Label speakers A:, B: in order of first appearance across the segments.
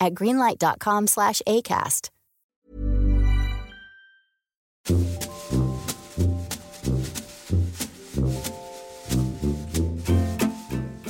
A: at greenlight.com slash ACAST.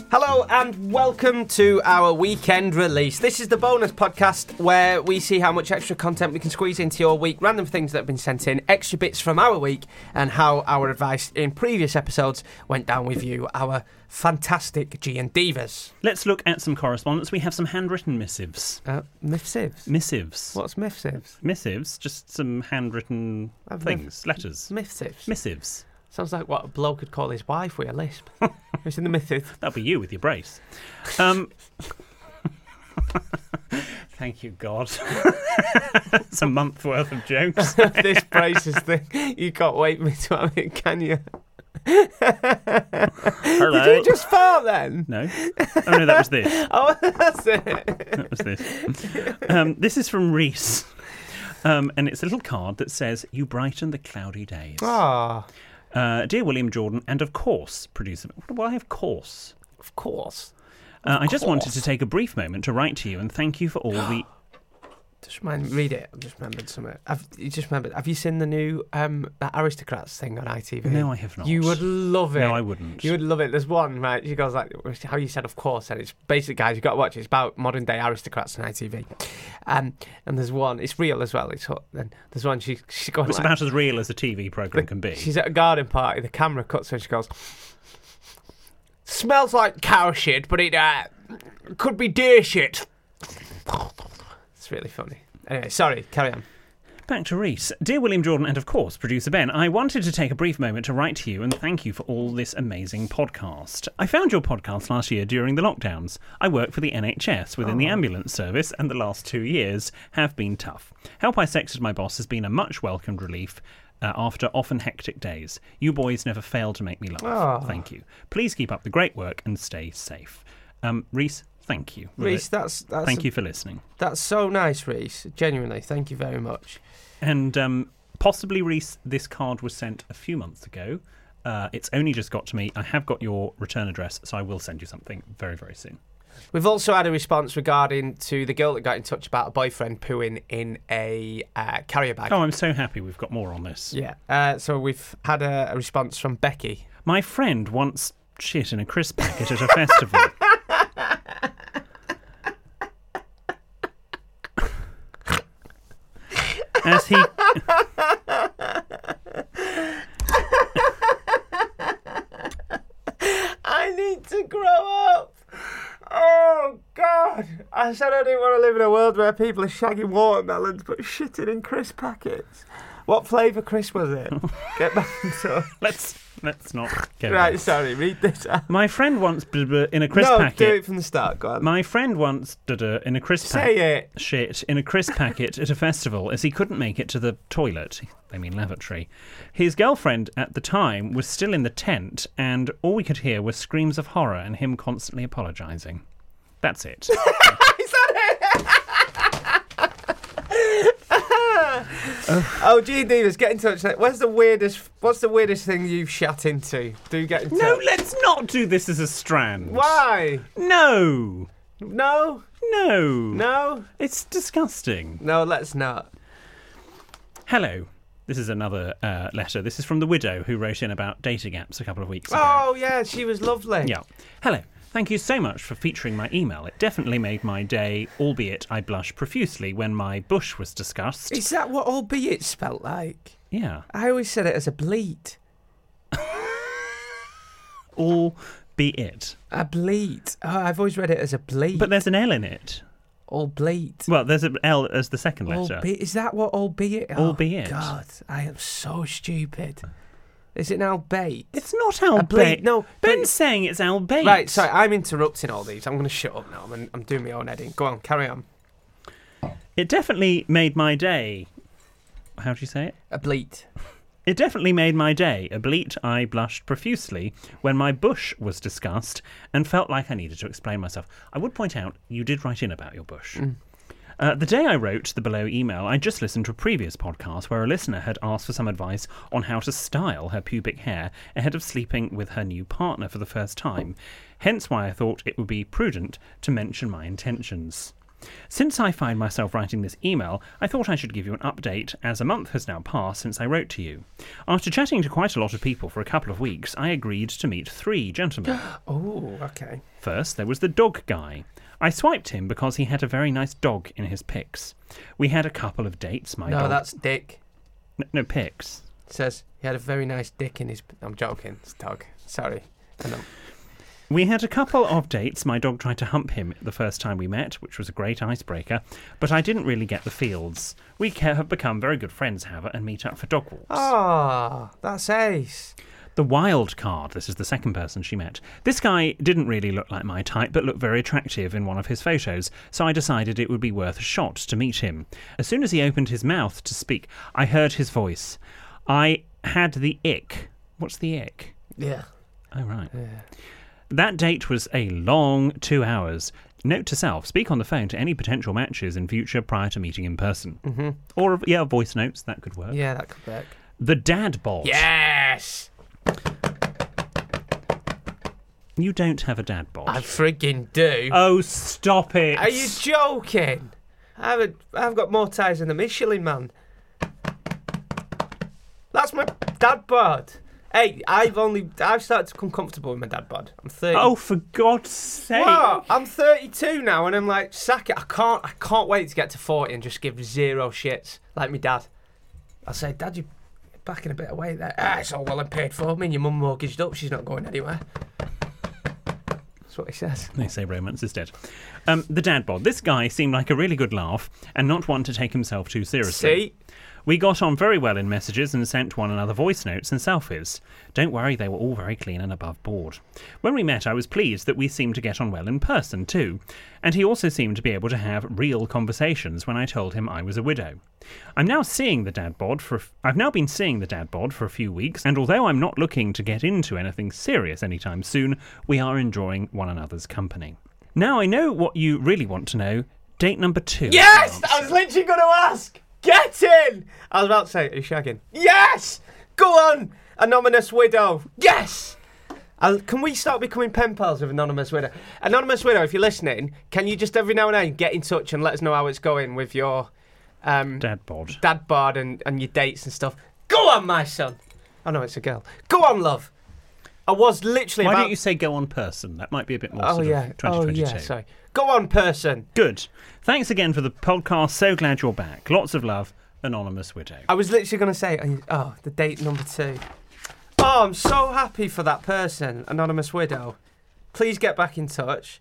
B: Hello and welcome to our weekend release. This is the bonus podcast where we see how much extra content we can squeeze into your week, random things that have been sent in, extra bits from our week, and how our advice in previous episodes went down with you, our fantastic G and Divas.
C: Let's look at some correspondence. We have some handwritten missives.
B: Uh, missives.
C: Missives.
B: What's missives?
C: Missives, just some handwritten
B: I've
C: things, letters.
B: Missives.
C: missives.
B: Sounds like what a bloke could call his wife with a lisp. it's in the missives.
C: That'll be you with your brace. Um, thank you, God. it's a month worth of jokes.
B: this braces thing. You can't wake me to have it, can you?
C: Hello.
B: Did you just fart then?
C: No. Oh, no, that was this.
B: Oh, that's it.
C: That was this. Um, this is from Reese. Um, and it's a little card that says, You brighten the cloudy days.
B: Ah,
C: Uh, dear William Jordan, and of course, producer. Why have course?
B: of course.
C: Uh, I just wanted
B: course.
C: to take a brief moment to write to you and thank you for all the.
B: Just remind, read it. I've just remembered something. I've you just remembered. Have you seen the new um that aristocrats thing on ITV?
C: No, I have not.
B: You would love it.
C: No, I wouldn't.
B: You would love it. There's one right. She goes like how you said, of course, and it's basic guys. You got to watch. it. It's about modern day aristocrats on ITV. Um, and there's one. It's real as well. It's hot. Then there's one. She she goes
C: It's
B: like,
C: about as real as a TV program can be.
B: She's at a garden party. The camera cuts her. She goes, "Smells like cow shit, but it uh, could be deer shit." It's really funny. Anyway, sorry. Carry on.
C: Back to Reese. Dear William Jordan and, of course, producer Ben, I wanted to take a brief moment to write to you and thank you for all this amazing podcast. I found your podcast last year during the lockdowns. I work for the NHS within
B: Oh.
C: the ambulance service, and the last two years have been tough. Help I Sexed My Boss has been a much welcomed relief. Uh, after often hectic days, you boys never fail to make me
B: Ah.
C: laugh. Thank you. Please keep up the great work and stay safe. Um, Reese, thank you.
B: Reese, that's that's
C: thank you for listening.
B: That's so nice, Reese. Genuinely, thank you very much.
C: And um, possibly, Reese, this card was sent a few months ago. Uh, it's only just got to me. I have got your return address, so I will send you something very, very soon.
B: We've also had a response regarding to the girl that got in touch about a boyfriend pooing in a uh, carrier bag.
C: Oh, I'm so happy we've got more on this.
B: Yeah. Uh, so we've had a, a response from Becky.
C: My friend once shit in a crisp packet at a festival. As he.
B: I need to grow up. Oh God! I said I didn't want to live in a world where people are shagging watermelons but shitting in crisp packets. What flavour crisp was it? Get back into
C: Let's, let's not go.
B: right.
C: there.
B: Sorry, read this. Out.
C: My friend once. blah, blah, In a crisp
B: no,
C: packet.
B: do it from the start. Go on.
C: My friend once did a in a crisp
B: Say
C: packet
B: it.
C: shit in a crisp packet at a festival as he couldn't make it to the toilet. I mean lavatory. His girlfriend at the time was still in the tent, and all we could hear were screams of horror and him constantly apologising. That's it.
B: Oh, G Divas, get in touch. Where's the weirdest? What's the weirdest thing you've shat into? Do get in touch.
C: no, let's not do this as a strand.
B: Why?
C: No,
B: No,
C: no,
B: no,
C: It's disgusting.
B: no. Let's not.
C: Hello. This is another uh, letter. This is from the widow who wrote in about dating apps a couple of weeks ago.
B: Oh yeah, Oh, she was lovely.
C: Yeah. Hello. Thank you so much for featuring my email. It definitely made my day, albeit I blush profusely when my bush was discussed.
B: Is that what albeit spelt like?
C: yeah.
B: I always said it as a bleat.
C: All be it.
B: A bleat. Oh, I've always read it as a bleat.
C: But there's an L in it.
B: all bleat.
C: Well, there's an L as the second letter.
B: Albe- is that what albeit? Oh,
C: Albeit.
B: God, I am so stupid. Is it now bait?
C: It's not albeit.
B: bleat- no,
C: Ben's
B: but-
C: saying it's albeit.
B: Right, sorry, I'm interrupting all these. I'm going to shut up now. I'm, I'm doing my own editing. Go on, carry on.
C: It definitely made my day. How do you say it?
B: A bleat.
C: It definitely made my day. A bleat I blushed profusely when my bush was discussed and felt like I needed to explain myself. I would point out you did write in about your bush.
B: Mm-hmm.
C: Uh, the day I wrote the below email, I just listened to a previous podcast where a listener had asked for some advice on how to style her pubic hair ahead of sleeping with her new partner for the first time, hence why I thought it would be prudent to mention my intentions. Since I find myself writing this email, I thought I should give you an update as a month has now passed since I wrote to you. After chatting to quite a lot of people for a couple of weeks, I agreed to meet three gentlemen.
B: Oh, okay.
C: First, there was the dog guy. I swiped him because he had a very nice dog in his pics. We had a couple of dates, my
B: no,
C: dog.
B: that's dick.
C: N- no, pics.
B: says he had a very nice dick in his. I'm joking. It's dog. Sorry. I know.
C: We had a couple of dates. My dog tried to hump him the first time we met, which was a great icebreaker, but I didn't really get the feels. We ca- have become very good friends, however, and meet up for dog walks.
B: Ah, that's ace.
C: The wild card. This is the second person she met. This guy didn't really look like my type, but looked very attractive in one of his photos, so I decided it would be worth a shot to meet him. As soon as he opened his mouth to speak, I heard his voice. I had the ick. What's the ick?
B: Yeah.
C: Oh, right. That date was a long two hours. Note to self speak on the phone to any potential matches in future prior to meeting in person. Mm-hmm. Or, yeah, voice notes, that could work.
B: Yeah, that could work.
C: The dad bod.
B: Yes.
C: You don't have a dad bod.
B: I friggin' do.
C: Oh, stop it.
B: Are you joking? I've I've got more ties than the Michelin Man. That's my dad bod. Hey, I've only I've started to become comfortable with my dad bod. I'm thirty.
C: Oh, for God's sake.
B: What? I'm 32 now, and I'm like, sack it. I can't. I can't wait to get to 40 and just give zero shits like my dad. I'll say, Dad, you're backing a bit away there. Ah, it's all well and paid for. Me and your mum mortgaged up. She's not going anywhere. That's what he says.
C: They say romance is dead. Um, the dad bod. This guy seemed like a really good laugh and not one to take himself too seriously.
B: See,
C: We got on very well in messages and sent one another voice notes and selfies. Don't worry, they were all very clean and above board. When we met, I was pleased that we seemed to get on well in person, too. And he also seemed to be able to have real conversations when I told him I was a widow. I'm now seeing the dad bod for. a f- I've now been seeing the dad bod for a few weeks, and although I'm not looking to get into anything serious anytime soon, we are enjoying one another's company. Now I know what you really want to know. Date number two.
B: yes,
C: Oh,
B: I was literally going to ask. Get in. I was about to say, are you shagging? Yes. Go on, anonymous widow. Yes. I'll, can we start becoming pen pals with Anonymous Widow? Anonymous Widow, if you're listening, can you just every now and then get in touch and let us know how it's going with your um,
C: Dad bod.
B: dad bod and, and your dates and stuff? Go on, my son. Oh no, it's a girl. Go on, love. I was literally.
C: Why
B: about...
C: don't you say go on person? That might be a bit more
B: Oh
C: sort
B: yeah.
C: of
B: Oh
C: 2022.
B: yeah. Sorry. Go on, person.
C: Good. Thanks again for the podcast. So glad you're back. Lots of love, Anonymous Widow.
B: I was literally going to say, and- oh, the date number two. Oh, I'm so happy for that person, Anonymous Widow. Please get back in touch.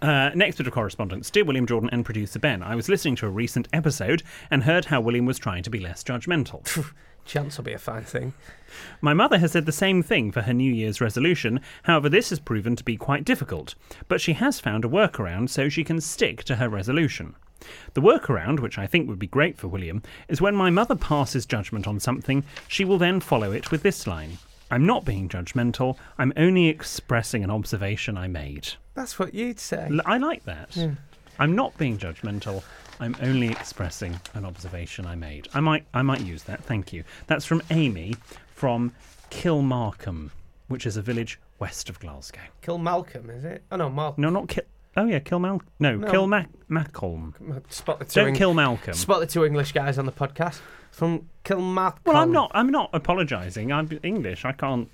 C: Uh, next bit of correspondence. Dear William Jordan and producer Ben, I was listening to a recent episode and heard how William was trying to be less judgmental.
B: Chance will be a fine thing.
C: My mother has said the same thing for her New Year's resolution, however, this has proven to be quite difficult, but she has found a workaround so she can stick to her resolution. The workaround, which I think would be great for William, is when my mother passes judgment on something, she will then follow it with this line I'm not being judgmental, I'm only expressing an observation I made.
B: That's what you'd say.
C: L- I like that. I'm not being judgmental. I'm only expressing an observation I made. I might, I might use that. Thank you. That's from Amy from Kilmarkham, which is a village west of Glasgow.
B: Kill Malcolm, is it? Oh no, Malcolm.
C: No, not Kil. Oh yeah, Kilmal. No,
B: No.
C: Kilmacholm.
B: Spot the 2
C: Don't
B: Eng-
C: kill Malcolm.
B: Spot the two English guys on the podcast from Kilmalcolm.
C: well, I'm not. I'm not apologising. I'm English. I can't.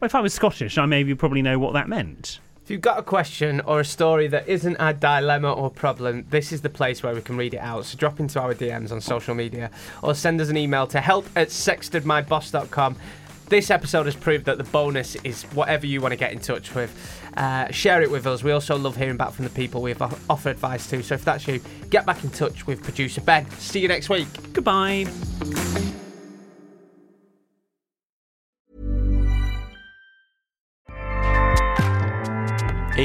C: If I was Scottish, I maybe probably know what that meant.
B: If you've got a question or a story that isn't a dilemma or problem, this is the place where we can read it out. So drop into our DMs on social media or send us an email to help at sextedmyboss.com. This episode has proved that the bonus is whatever you want to get in touch with. Uh, share it with us. We also love hearing back from the people we've o- offered advice to. So if that's you, get back in touch with producer Ben. See you next week.
C: Goodbye.